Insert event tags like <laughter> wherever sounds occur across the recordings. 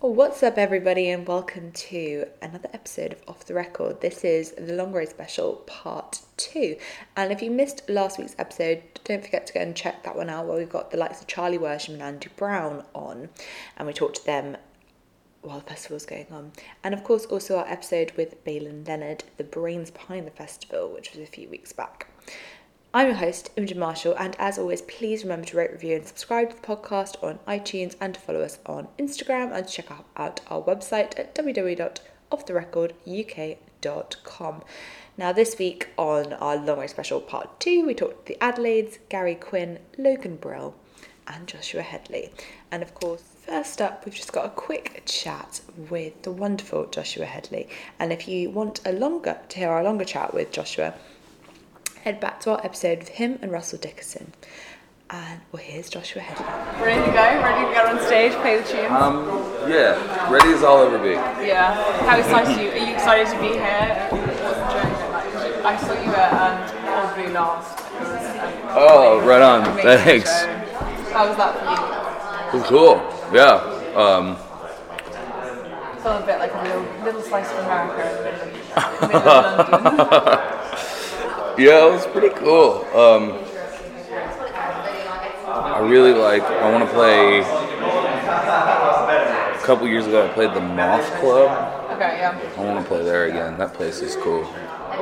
What's up, everybody, and welcome to another episode of Off the Record. This is the Long Road Special Part 2. And if you missed last week's episode, don't forget to go and check that one out where we've got the likes of Charlie Worsham and Andrew Brown on, and we talked to them while the festival's going on. And of course, also our episode with Balin Leonard, the brains behind the festival, which was a few weeks back. I'm your host, Imogen Marshall, and as always, please remember to rate, review, and subscribe to the podcast on iTunes and to follow us on Instagram and check out- out our website at www.offtherecorduk.com. Now, this week on our Long Way Special Part 2, we talked to the Adelaides, Gary Quinn, Logan Brill, and Joshua Headley. And of course, first up, we've just got a quick chat with the wonderful Joshua Headley. And if you want a longer to hear our longer chat with Joshua, head back to our episode with him and Russell Dickerson. And well, here's Joshua Headley. Ready to go? Ready to get on stage, play the tunes? Um, yeah, ready as I'll ever be. yeah. How excited are you? Are you excited to be here? What's the journey been like? I saw you at um, Old Blue last. It was, um, Oh, right on. amazing Thanks. show. How was that for Well, cool. Yeah. Um, you? Felt a bit like a little, little slice of America in the middle of- middle of London. <laughs> yeah, it was pretty cool. Um, I really like. I want to play. A couple years ago, I played the Moth Club. okay, yeah. I want to play there again. That place is cool. All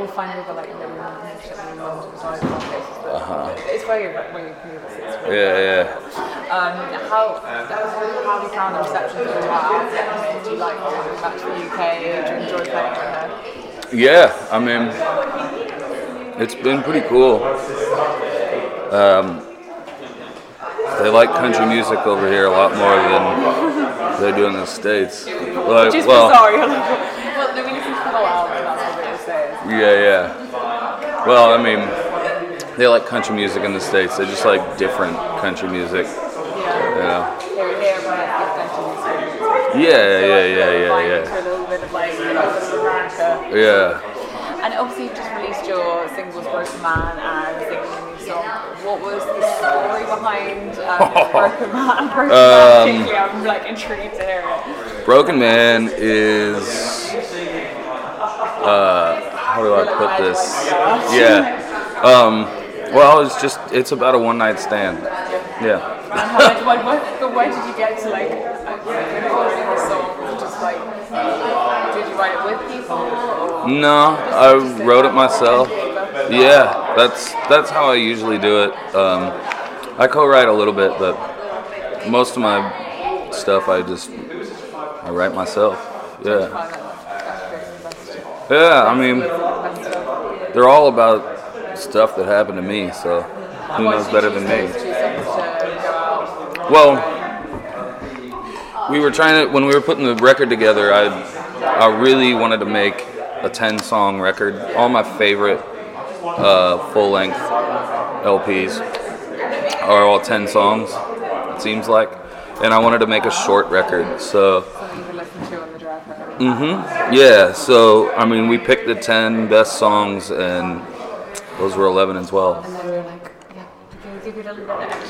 fine with the like little London and shit in London as well, it's places, but Uh-huh. It's where you where you move. It's Yeah, yeah. Um, how, how have you found the reception for your art? Do you like coming back to the UK? Do you enjoy playing over here? Yeah, I mean, it's been pretty cool. Um, they like country music over here a lot more than they do in the states. Like, Which is well, bizarre. You're like, well, then we listen to the whole album, that's what it says. yeah, yeah. Well, I mean, they like country music in the states. They just like different country music. Yeah. Yeah, Here and here, but it's definitely yeah, yeah, yeah, To yeah, yeah. a little bit of like, you know, sort of America. yeah. And obviously, you've just released your singles Broken Man and Singing a New Song. What was the story behind <laughs> um, Broken Man? Um, Broken Man, <laughs> particularly, I'm like intrigued to hear it. Broken Man is. Uh, how do I put this? <laughs> Yeah. Um, well, it's just it's about a one night stand. Yeah. And how did, why, why, but why did you get to like composing the song? Just like, did you write it with people? Or No, I wrote it myself. Yeah, that's that's how I usually do it. Um, I co-write a little bit, but most of my stuff I just I write myself. Yeah. Yeah. I mean, they're all about stuff that happened to me. So who knows better than me? Well, we were trying to when we were putting the record together. I I really wanted to make a ten song record, all my favorite uh, full length LPs are all ten songs. It seems like, and I wanted to make a short record. So Mm-hmm. yeah, so I mean, we picked the ten best songs, and those were eleven and twelve.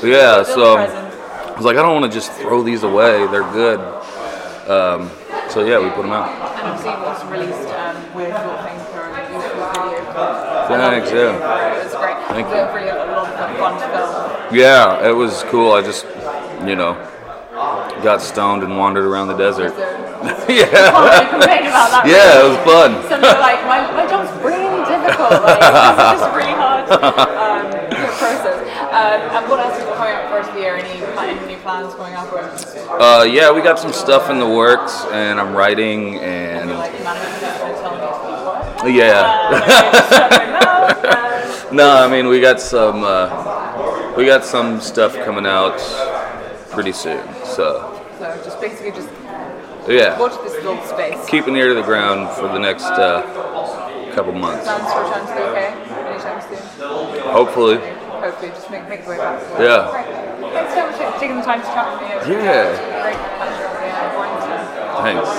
Yeah, so I was like, I don't want to just throw these away. They're good. Um, so yeah, we put them out. And obviously, it was released um, with Thought Thinker and a beautiful video. Thanks. Yeah, It was great. Thank It was really a lot of fun to film. yeah, it was cool. I just, you know, got stoned and wandered around the <laughs> desert. So, yeah, can't really complain about that. yeah, it was fun. Some people are like, my, my job's really difficult. Like, this is just really hard um, to process. Um, and what else is coming up for us of the year? Any, any new plans coming up? Or Uh, yeah, we got some stuff in the works, and I'm writing, and like management that's going to tell me to be quiet? yeah. <laughs> Uh, No, I mean we got some uh, we got some stuff coming out pretty soon. So so just basically just yeah. watch this little space. keep an ear to the ground for the next uh, couple months. Plans to return to the UK anytime soon. Hopefully. Hopefully, just make, make the way back. Yeah. Great. Thanks so much for taking the time to chat with me. It's Yeah. been Great pleasure. Yeah, Weinstein. Thanks.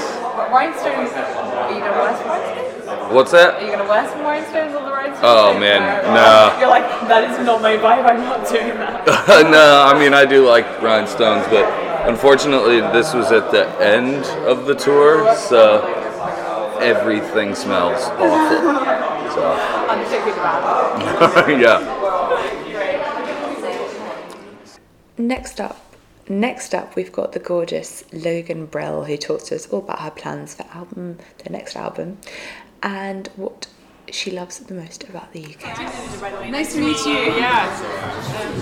Rhinestones, are you going to wear some rhinestones? What's Are that? you going to wear some rhinestones on the rhinestones? Oh, man, no. You're <laughs> like, that is not my vibe, I'm not doing that. no, I mean I do like rhinestones, but Unfortunately, this was at the end of the tour, so everything smells awful. So, <laughs> I'm particularly bad. yeah. Next up, next up, we've got the gorgeous Logan Brell, who talks to us all about her plans for album, their next album, and what she loves the most about the UK. Nice to meet you. Yeah.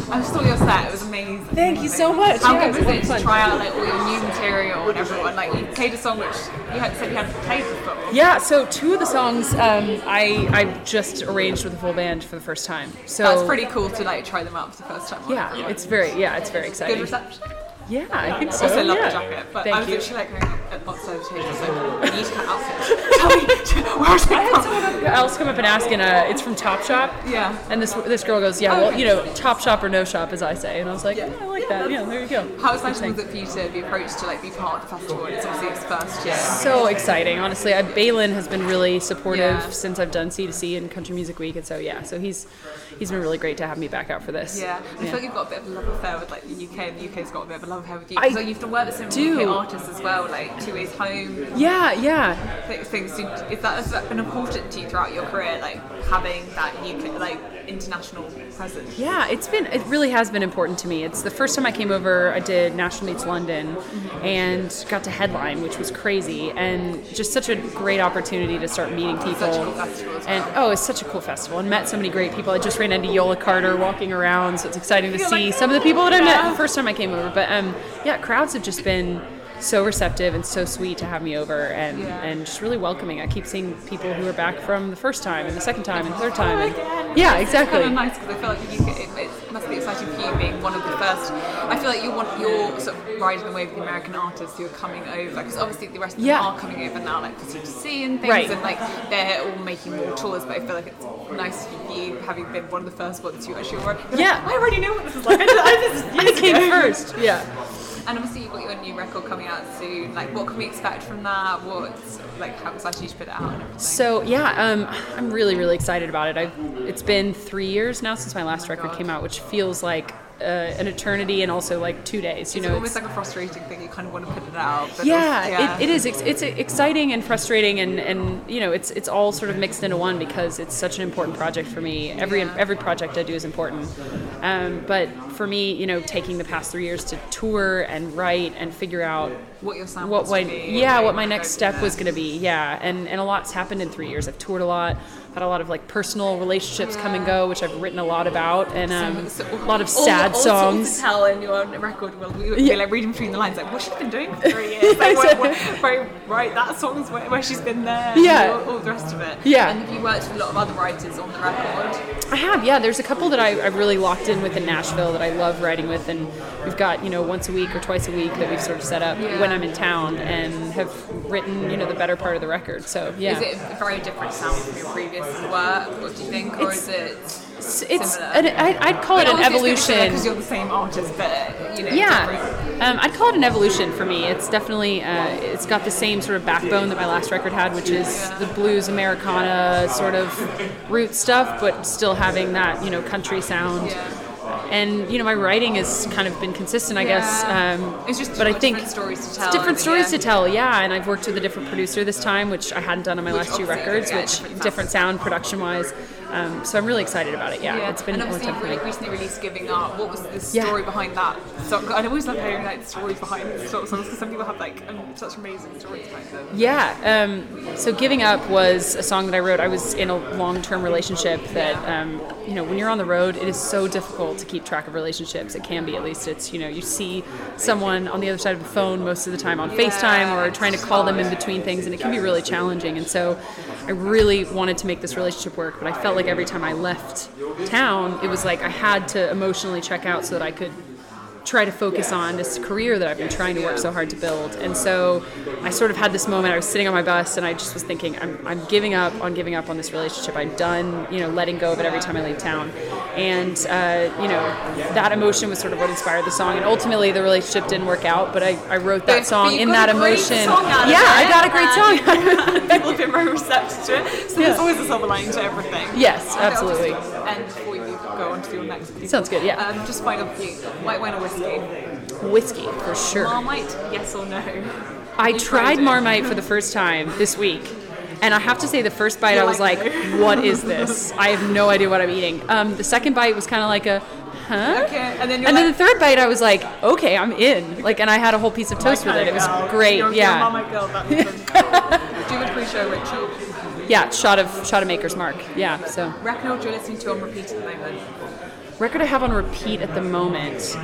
Um, I saw your set. It was amazing. Thank you so much. How Yeah, good was it's it really to fun. try out like all your new material and everyone? Like you played a song which you had said you hadn't played before. Yeah, so two of the songs um, I I just arranged with a full band for the first time. So That's pretty cool to like try them out for the first time. on Yeah, everyone. it's very yeah, it's very good exciting. reception. Yeah, I think so. Also love Oh, yeah. the jacket, but Thank I was you. literally like going at lots of tables like I need to cut <laughs> outfits. Tell me <laughs> where's I it had from? someone else come up and ask, and uh, it's from Top Shop. Yeah. And this this girl goes, yeah, well, you know, Top Shop or no shop, as I say, and I was like, yeah, I like that. Yeah, there you go. How exciting was it for you to be approached to like be part of the festival and it's obviously its first year? so exciting, honestly. I, Balin has been really supportive Yeah. since I've done C2C and Country Music Week, and so yeah, so he's he's been really great to have me back out for this. Yeah, I feel like you've got a bit of a love affair with like the UK, and the UK's got a bit of a love affair with you. I so you've done work with some do. UK artists as well, like Two Ways Home, yeah, yeah. th- things. So Is that, has that been important to you throughout your career, like having that UK, like international presence? Yeah, it's been it really has been important to me. It's the first time I came over, I did National Meets London and got to headline, which was crazy and just such a great opportunity to start meeting people. cool festival as And oh, it's such a cool festival and met so many great people. I just ran into Yola Carter walking around, so it's exciting to You're see like, some of the people that I met yeah. the first time I came over. But um yeah, crowds have just been so receptive and so sweet to have me over and, Yeah. and just really welcoming. I keep seeing people who are back from the first time and the second time and the Oh third time. And, yeah, exactly. Kind of nice because I feel like the UK, it, it must be exciting for you being one of the first. I feel like you want you're sort of riding the wave of the American artists who are coming over because obviously the rest of them Yeah. are coming over now, like for C2C and things, Right. and like they're all making more tours. But I feel like it's nice for you having been one of the first ones who actually already. Like, <laughs> Yeah. I already know what this is like. I just, I <laughs> I just came know." first. Yeah. And obviously you've got your new record coming out soon. Like, what can we expect from that? What's like how excited you to put it out and everything? So yeah, um, I'm really really excited about it. I've, it's been three years now since my Oh last record came out, which feels like uh, an eternity and also like two days. You it's know, almost it's- like a frustrating thing. You kind of want to put it out. But yeah, also- It, it is. It's, it's exciting and frustrating, and, and you know, it's it's all sort of mixed into one because it's such an important project for me. Every Yeah. every project I do is important, um, but for me, you know, taking the past three years to tour and write and figure out What your sound what was my Um, to be, yeah like, what my go next do step that. was going to be yeah, and and a lot's happened in three years. I've toured a lot. Had a lot of like personal relationships come and go, which I've written a lot about, and um, So- a lot of all- sad all Sorts songs. of hell in your record will we, yeah. Yeah. like reading between the lines, like what she's been doing for three <laughs> years, like where, where, where, right, that song's where, where she's been there, and Yeah. all, all the rest of it. Yeah. and have you worked with a lot of other writers on the record? I have, yeah. There's a couple that I, I really locked in with in Nashville that I love writing with, and we've got you know once a week or twice a week that we've sort of set up Yeah. when I'm in town and have written you know the better part of the record. So yeah, Is it a very different sound from your previous work? What do you think, or is it? it's, it's similar? an, I, I'd call it an evolution. because you're the same artist, but you know, different. Yeah, um, I'd call it an evolution for me. It's definitely uh, it's got the same sort of backbone that my last record had, which is the blues Americana sort of root stuff, but still having that you know country sound. And you know my writing has kind of been consistent, I guess. Yeah. Um, It's just but I different think stories to it's tell, Different isn't it? stories Yeah. to tell, yeah. And I've worked with a different producer this time, which I hadn't done on my Which last two obviously, records, yeah, which different different sound production wise. Um, so I'm really excited about it. Yeah, Yeah, it's been and a long obviously time you've for me. like recently released Giving Up. What was the Yeah. story behind that? So I always love hearing like stories behind sort of songs because some people have like um, such amazing stories behind them. Yeah. Um, so giving up was a song that I wrote. I was in a long-term relationship that, um, you know, when you're on the road, it is so difficult to keep track of relationships. It can be, at least. It's you know, you see someone on the other side of the phone most of the time on FaceTime or trying to call them in between things, and it can be really challenging. And so, I really wanted to make this relationship work, but I felt like every time I left town, it was like I had to emotionally check out so that I could try to focus on this career that I've been trying to work so hard to build. And so I sort of had this moment. I was sitting on my bus and I just was thinking, I'm, I'm giving up on giving up on this relationship. I'm done, you know, letting go of it every time I leave town. And, uh, you know, that emotion was sort of what inspired the song. And ultimately, the relationship didn't work out, but I, I wrote But- that but song you in got that a great emotion. song out of yeah, it, Um, I got a great and <laughs> song. out of it. People have been very receptive to it. So there's Yeah. always a silver lining to everything. Yes, Okay, I'll just- absolutely. And before you go on to your next piece, Sounds good, yeah. Um, just final few. White wine or whiskey? Whiskey, for sure. Marmite, yes or no? I You tried it. Marmite for the first time this week, and I have to say, the first bite I was like, like, "What <laughs> is this? I have no idea what I'm eating." Um, the second bite was kind of like a, "Huh?" Okay, and then you're and then like- the third bite, I was like, "Okay, I'm in." Like, and I had a whole piece of toast with Kinda it. It was girl. great. You're- you're a yeah, Marmite girl, that's <laughs> good. Do you agree, show ritual? yeah. Shot of shot of Maker's Mark. Yeah. So Reckon what you're listening to on repeat at the moment. record I have on repeat at the moment.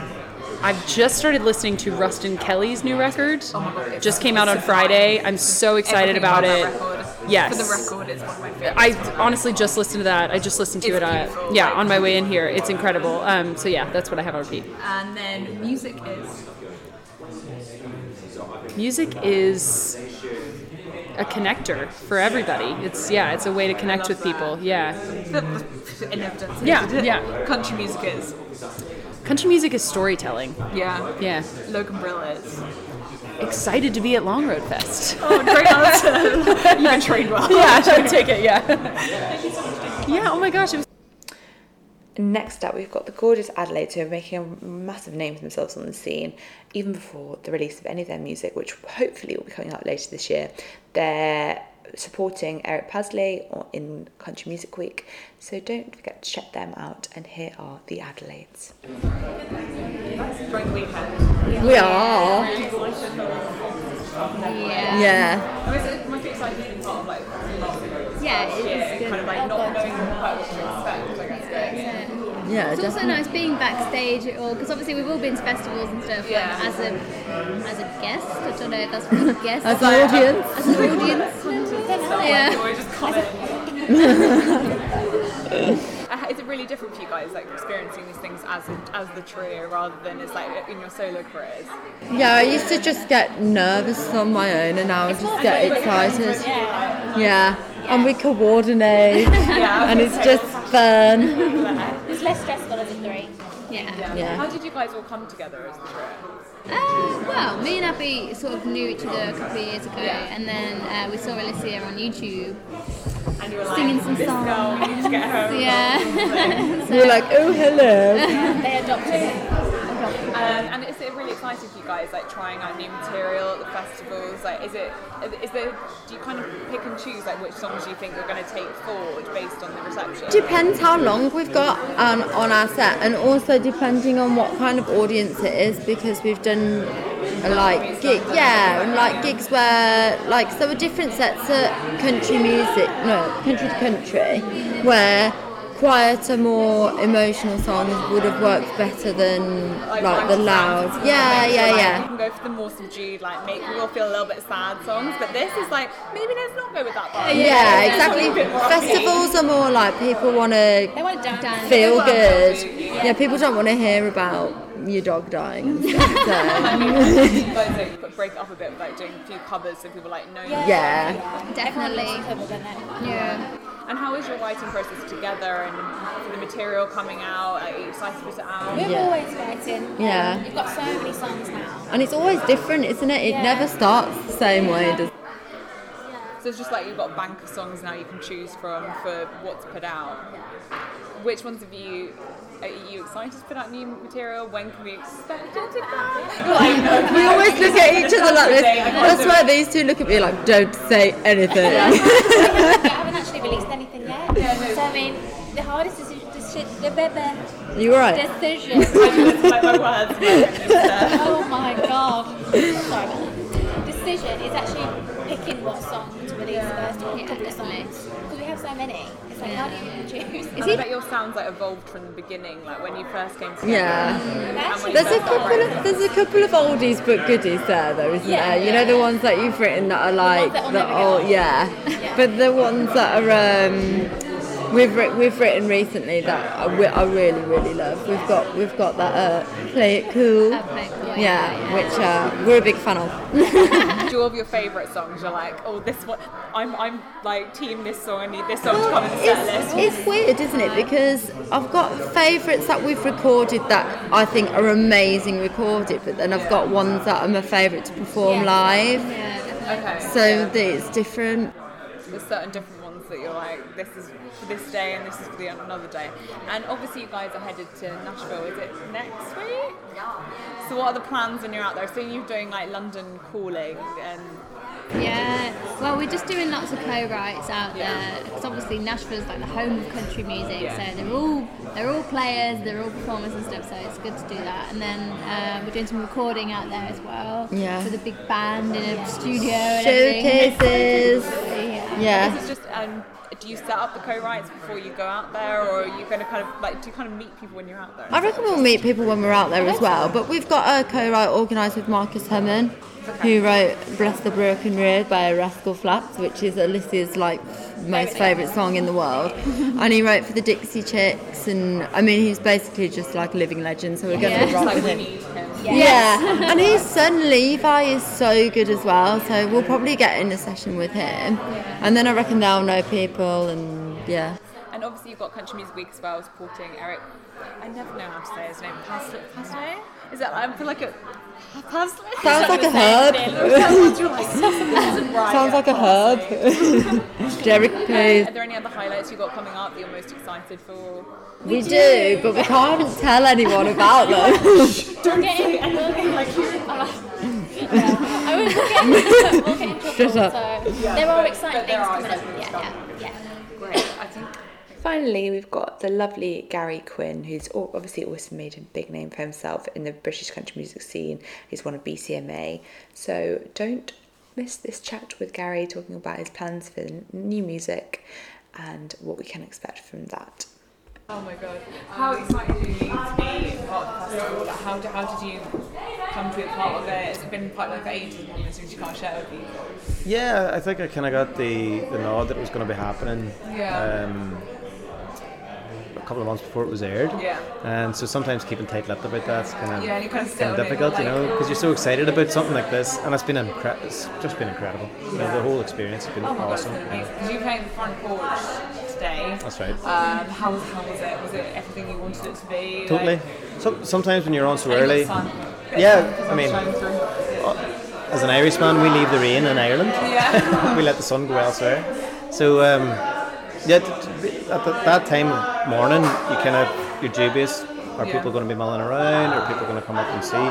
I've just started listening to Rustin Kelly's new record. Oh God. just came out on Friday. I'm so excited Everything about it. That record. Yes. For the record, it's one of my favorites. I honestly just listened to that. I just listened to It's it. Uh, beautiful. yeah, on my way in here, it's incredible. Um, so yeah, that's what I have on repeat. And then music is Music is a connector for everybody. It's yeah, it's a way to connect with people. Yeah, in evidence. Yeah, isn't it? yeah. Country music is. country music is storytelling. Yeah. Yeah, Logan Brill is. excited to be at Long Road Fest. <laughs> Oh, great answer. You've been trained well. yeah, I take it. Yeah. Yeah. Oh my gosh, it was Next up, we've got the gorgeous Adelaide, who are making a massive name for themselves on the scene, even before the release of any of their music, which hopefully will be coming out later this year. They're supporting Eric Pasley or- in Country Music Week, so don't forget to check them out. And here are the Adelaides. Enjoy the weekend. We are. Yeah. I mean, it's my favorite side has been sort of like last year, Yeah, it is good. kind of like I've not got knowing quite what to expect. I guess. Yeah, Yeah, it's also nice being backstage at all because obviously we've all been to festivals and stuff. Yeah. Like, as a as a guest, I don't know if that's <laughs> what a guest. As an audience. As an audience. So yeah. I just comment. <laughs> Uh, Is it really different for you guys, like experiencing these things as as the trio rather than as like in your solo careers? Yeah, I used to just get nervous on my own, and now I just get excited. Yeah, and we coordinate, <laughs> and it's just fun. It's less stressful as a three. Yeah. Yeah. How did you guys all come together as a trio? Uh, well, me and Abby sort of knew each other a couple of years ago, and then uh, we saw Alicia on YouTube. And you were like, Singing some this songs. girl, we need to get home. Yeah. so, We're like, oh hello. They adopted it. <laughs> Um, and is it really exciting for you guys, like trying out new material at the festivals? Like, is it is there? Do you kind of pick and choose like which songs you think you're going to take forward based on the reception? Depends how long we've got um, on our set, and also depending on what kind of audience it is, because we've done uh, like gig, yeah, and like gigs where like so a different sets of country music, no, country to country, where quieter, more emotional songs would have worked better than like the I'm loud, sad. yeah, Like, yeah, like, yeah. You can go for the more subdued, like make we all feel a little bit sad songs, but this is like maybe let's not go with that one. Yeah, Let's go with exactly. a bit more upbeat. Festivals are more like people want to They want to dance. feel Well, good. absolutely. Yeah, people don't want to hear about your dog dying. So, <laughs> I mean, those that you break it up a bit, like doing a few covers so people like know. you. yeah. definitely. Yeah. And how is your writing process together and the material coming out? Like, are you excited to put it out? We're Yeah. always writing. Yeah. Um, You've got so many songs now. <laughs> And it's always different, isn't it? It Yeah. never starts the same way, does So it's just like you've got a bank of songs now you can choose from for what to put out. Which ones have you? Are you excited to put out new material? When can we expect it to come? Like, We always look at each other like this. Today, I can't That's do why these two look at me like, don't say anything. I haven't actually released anything yet. So I mean, the hardest decision, deci- the bebe <laughs> you right. <laughs> decision. like my words. oh my god. Sorry about that. Decision is actually picking what song to release first, or Yeah, couple of definitely. songs, because we have so many. It's like how do you choose? Is I bet your sounds like evolved from the beginning, like when you first came together. Yeah. They're actually There's a so couple hard. of there's a couple of oldies but goodies there though, isn't Yeah, there? You yeah. know the ones that you've written that are like that will the never get old, old. yeah. But the ones that are um, we've writ we've written recently that I, wi- I really really love. We've got we've got that uh, play it cool, Uh, Play It Cool, yeah, yeah, which uh, we're a big fan of. Do all of your favourite songs? You're like, oh, this one. I'm, I'm like team this song. I need this song to come in the set list. It's, it's weird, isn't it? Because I've got favourites that we've recorded that I think are amazing recorded, but then I've got ones that are my favourite to perform Yeah. live. Yeah. Okay. So that it's different. There's certain different ones that you're like, this is for this day and this is for the another day. And obviously, you guys are headed to Nashville. Is it next week? So what are the plans when you're out there? So you're doing like London calling and Yeah, well, we're just doing lots of co-writes out there because obviously Nashville's like the home of country music, Yeah. so they're all they're all players, they're all performers and stuff. So it's good to do that. And then uh, we're doing some recording out there as well. Yeah. With a big band in a studio. And everything. Showcases. Yeah. Yeah. this is just um, do you set up the co-writes before you go out there, or are you going to kind of like do you kind of meet people when you're out there? I reckon we'll meet people when we're out there as well. But we've got a co-write organised with Marcus Herman, who wrote "Bless the Broken Road" by Rascal Flatts, which is Alicia's like most favourite song in the world. and he wrote for the Dixie Chicks, and I mean he's basically just like a living legend. So we're going to Yeah. rock Like with we him. need him. Yeah, and his son Levi is so good as well. So we'll probably get in a session with him, and then I reckon they'll know people and yeah. And obviously you've got Country Music Week as well, supporting Eric. I never know how to say his name. Pasley? Pasley? Is that? I feel like a Pasley. Sounds like a herb. Sounds <laughs> Sounds like a herb. <laughs> Derek plays. Are there any other highlights you've got coming up that you're most excited for? We do, but we can't tell anyone about them. <laughs> <laughs> Don't say anything like you. <laughs> I was getting, we'll get in trouble. Shut up. So there are exciting but there things are coming up. exciting things Yeah, yeah, yeah. Great. I think Finally, we've got the lovely Gary Quinn, who's al- obviously always made a big name for himself in the British country music scene. He's won a BCMA. So don't miss this chat with Gary talking about his plans for the new music and what we can expect from that. Oh my god! How excited are you to be part of the festival? Like, how, did, how did you come to be a part of it? It's been quite like ages, and since you can't share with people. Yeah, I think I kind of got the, the nod that it was going to be happening Yeah. um, a couple of months before it was aired. Yeah. And so sometimes keeping tight-lipped about that's kind of Yeah, and you kinda sit kind of on it, difficult, you like- know, because you're so excited about something like this, and it's been incre- it's just been incredible. You know, the whole experience has been Oh my god, it's awesome. been yeah. amazing. 'Cause you played the front porch today. That's right. Um, how, was- how was it? Was it everything you wanted it to be? Totally. Like, So, sometimes when you're on so and you got early, sun. Yeah, Sun I mean- shining through. as an Irishman, we leave the rain in Ireland. Yeah. we let the sun go elsewhere. So um, yeah, t- t- at th- that time morning, you kind of you're dubious: are Yeah. people going to be milling around? Are people going to come up and see?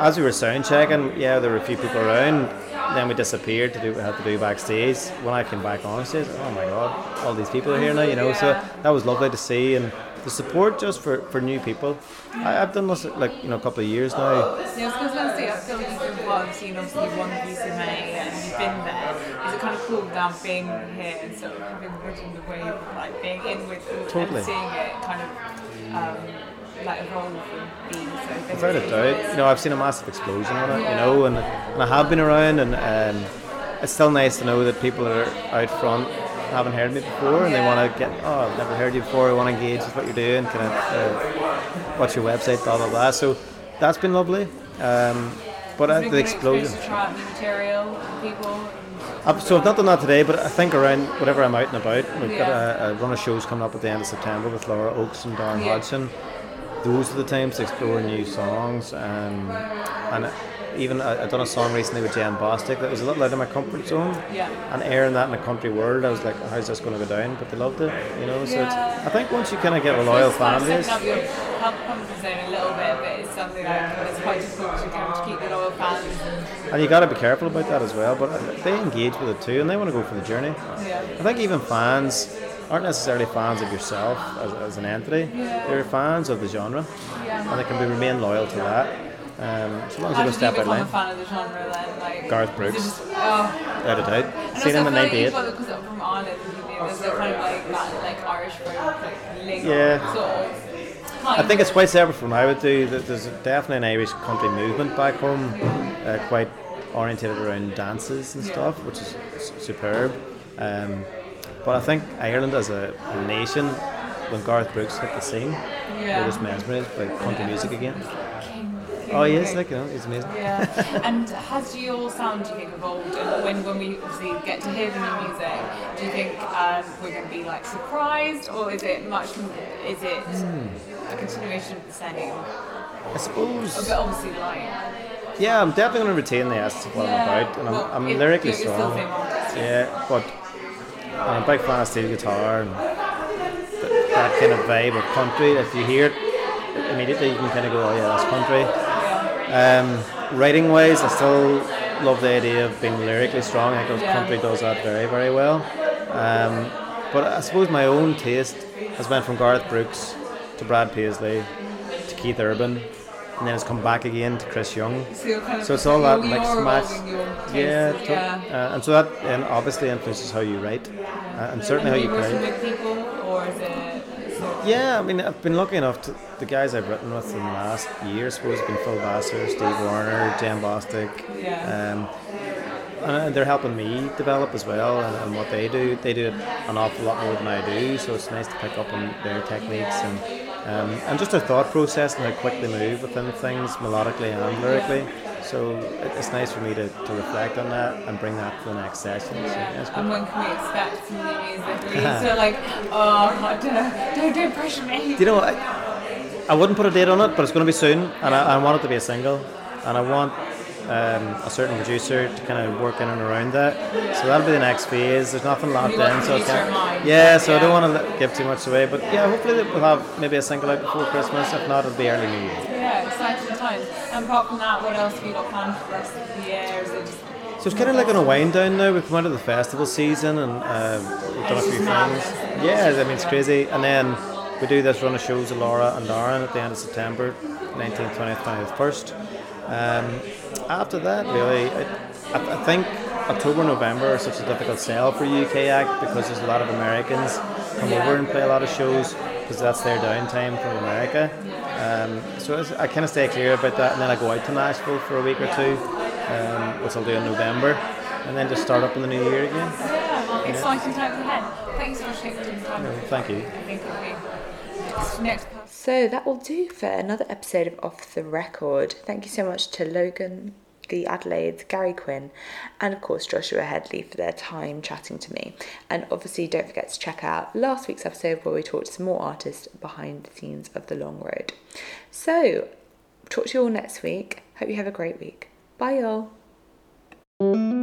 As we were sound checking, yeah, there were a few people around. Then we disappeared to do what we had to do backstage. When I came back on stage, oh my god, all these people are here now, you know. Yeah. So that was lovely to see, and the support just for, for new people. I, I've done this like you know a couple of years now. Yeah, I was going to say, I feel like you've been part of the scene, obviously you've won the BCMA and you've been there. Is it kind of cool now being here and sort of having ridden the wave of like being in with it Totally. and seeing it kind of um, like evolve and be so big? Without a doubt, you know, I've seen a massive explosion on it, you know, and, and I have been around, and um, it's still nice to know that people that are out front haven't heard me before, and they want to get, oh, I've never heard you before, I want to engage with what you're doing, kind of uh, watch your website, blah blah blah. So that's been lovely, um, but uh, It's been the good experience explosion. to try out new material and people. and- I've, Uh, so I've not done that today, but I think around whatever I'm out and about, we've got Yeah. a, a run of shows coming up at the end of September with Laura Oakes and Darren Yeah. Hodgson. Those are the times to explore new songs, um, and even I, I done a song recently with Jan Bostic that was a little out of my comfort zone. Yeah. And airing that in a country world, I was like, how's this going to go down? But they loved it, you know. So Yeah. it's, I think once you kind of get a loyal It's like fan stepping base, up your com- comfort zone a little bit, but it's something like it's quite difficult to kind of keep the loyal fans. And you got to be careful about that as well. But they engage with it too, and they want to go for the journey. I think even fans aren't necessarily fans of yourself as, as an entity. They're fans of the genre, and they can be remain loyal to that. Um, as long How as you go did you step out become a line, fan of the genre then? Like, Garth Brooks. is it just- oh. out of doubt. And Seen also him in I feel '98. like you've got- 'cause I'm from Ireland, isn't it? There's a kind of like that like Irish folk like link Yeah. sort of. I think it's quite separate from what I would do. That There's definitely an Irish country movement back home, uh, quite orientated around dances and stuff, which is s- superb. Um, but I think Ireland as a nation, when Garth Brooks hit the scene, Yeah. they were just mesmerised by country music again. Oh, he is, like, you know, he's amazing. Yeah. and has your sound, do you think, evolved? And when, when we obviously get to hear the new music, do you think um, we're going to be like surprised, or is it much? Is it a continuation of the same? I suppose, But obviously, like yeah, I'm definitely going to retain the essence of what I'm about, and I'm, well, I'm it- lyrically you're still strong. the same artist. Yeah, but uh, I'm a big fan of steel guitar and th- that kind of vibe of country. If you hear it immediately, you can kind of go, oh yeah, that's country. Um, writing wise, I still love the idea of being lyrically strong. I think Yeah. country does that very, very well. Um, but I suppose my own taste has went from Garth Brooks to Brad Paisley to Keith Urban, and then it's come back again to Chris Young. So, you're kind of So it's all that you're mixed evolving match. your taste, Yeah, to- yeah. Uh, and so that um, obviously influences how you write, uh, and certainly how Are you working play. with people, or is it? sort of- Yeah, I mean, I've been lucky enough to the guys I've written with in the last year, I suppose, have been Phil Vassar, Steve Warner, Jan Bostic. Yeah. Um, and uh, they're helping me develop as well, and, and what they do. They do an awful lot more than I do, so it's nice to pick up on their techniques and um, and just their thought process and how quick they move within things, melodically and lyrically. So it- it's nice for me to, to reflect on that and bring that to the next session. So, yeah, it's good. And when can we expect some new music? Are you still like, oh, <laughs> God, don't, don't, don't pressure me? Do you know what? I, I wouldn't put a date on it, but it's going to be soon, and I, I want it to be a single, and I want um, a certain producer to kind of work in and around that. So that'll be the next phase. There's nothing locked You want in, the so I future can't- in mind. yeah. So I don't Yeah. want to give too much away, but yeah, hopefully that we'll have maybe a single out before Christmas. If not, it'll be early New Year. Yeah, exciting times. And apart from that, what else have you got planned for the rest of the year? Is it just So it's kind of like on a wind down now. We've come out of the festival season and uh, we've done a few things. Yeah, I mean it's crazy. And then we do this run of shows with Laura and Darren at the end of September, 19th, 20th, 21st. Um, after that, really, I, I, I think October, November are such a difficult sell for UK act because there's a lot of Americans come over and play a lot of shows because that's their downtime from America. Um, so it's- I kind of stay clear about that, and then I go out to Nashville for a week or two um, which I'll do in November, and then just start up in the new year again. exciting times ahead? Thanks for sharing time. Thank you. I think it'll be next person. So that will do for another episode of Off the Record. Thank you so much to Logan, the Adelaides, Gary Quinn, and of course Joshua Headley for their time chatting to me. And obviously, don't forget to check out last week's episode where we talked to some more artists behind the scenes of The Long Road. So, talk to you all next week. Hope you have a great week. Bye, y'all.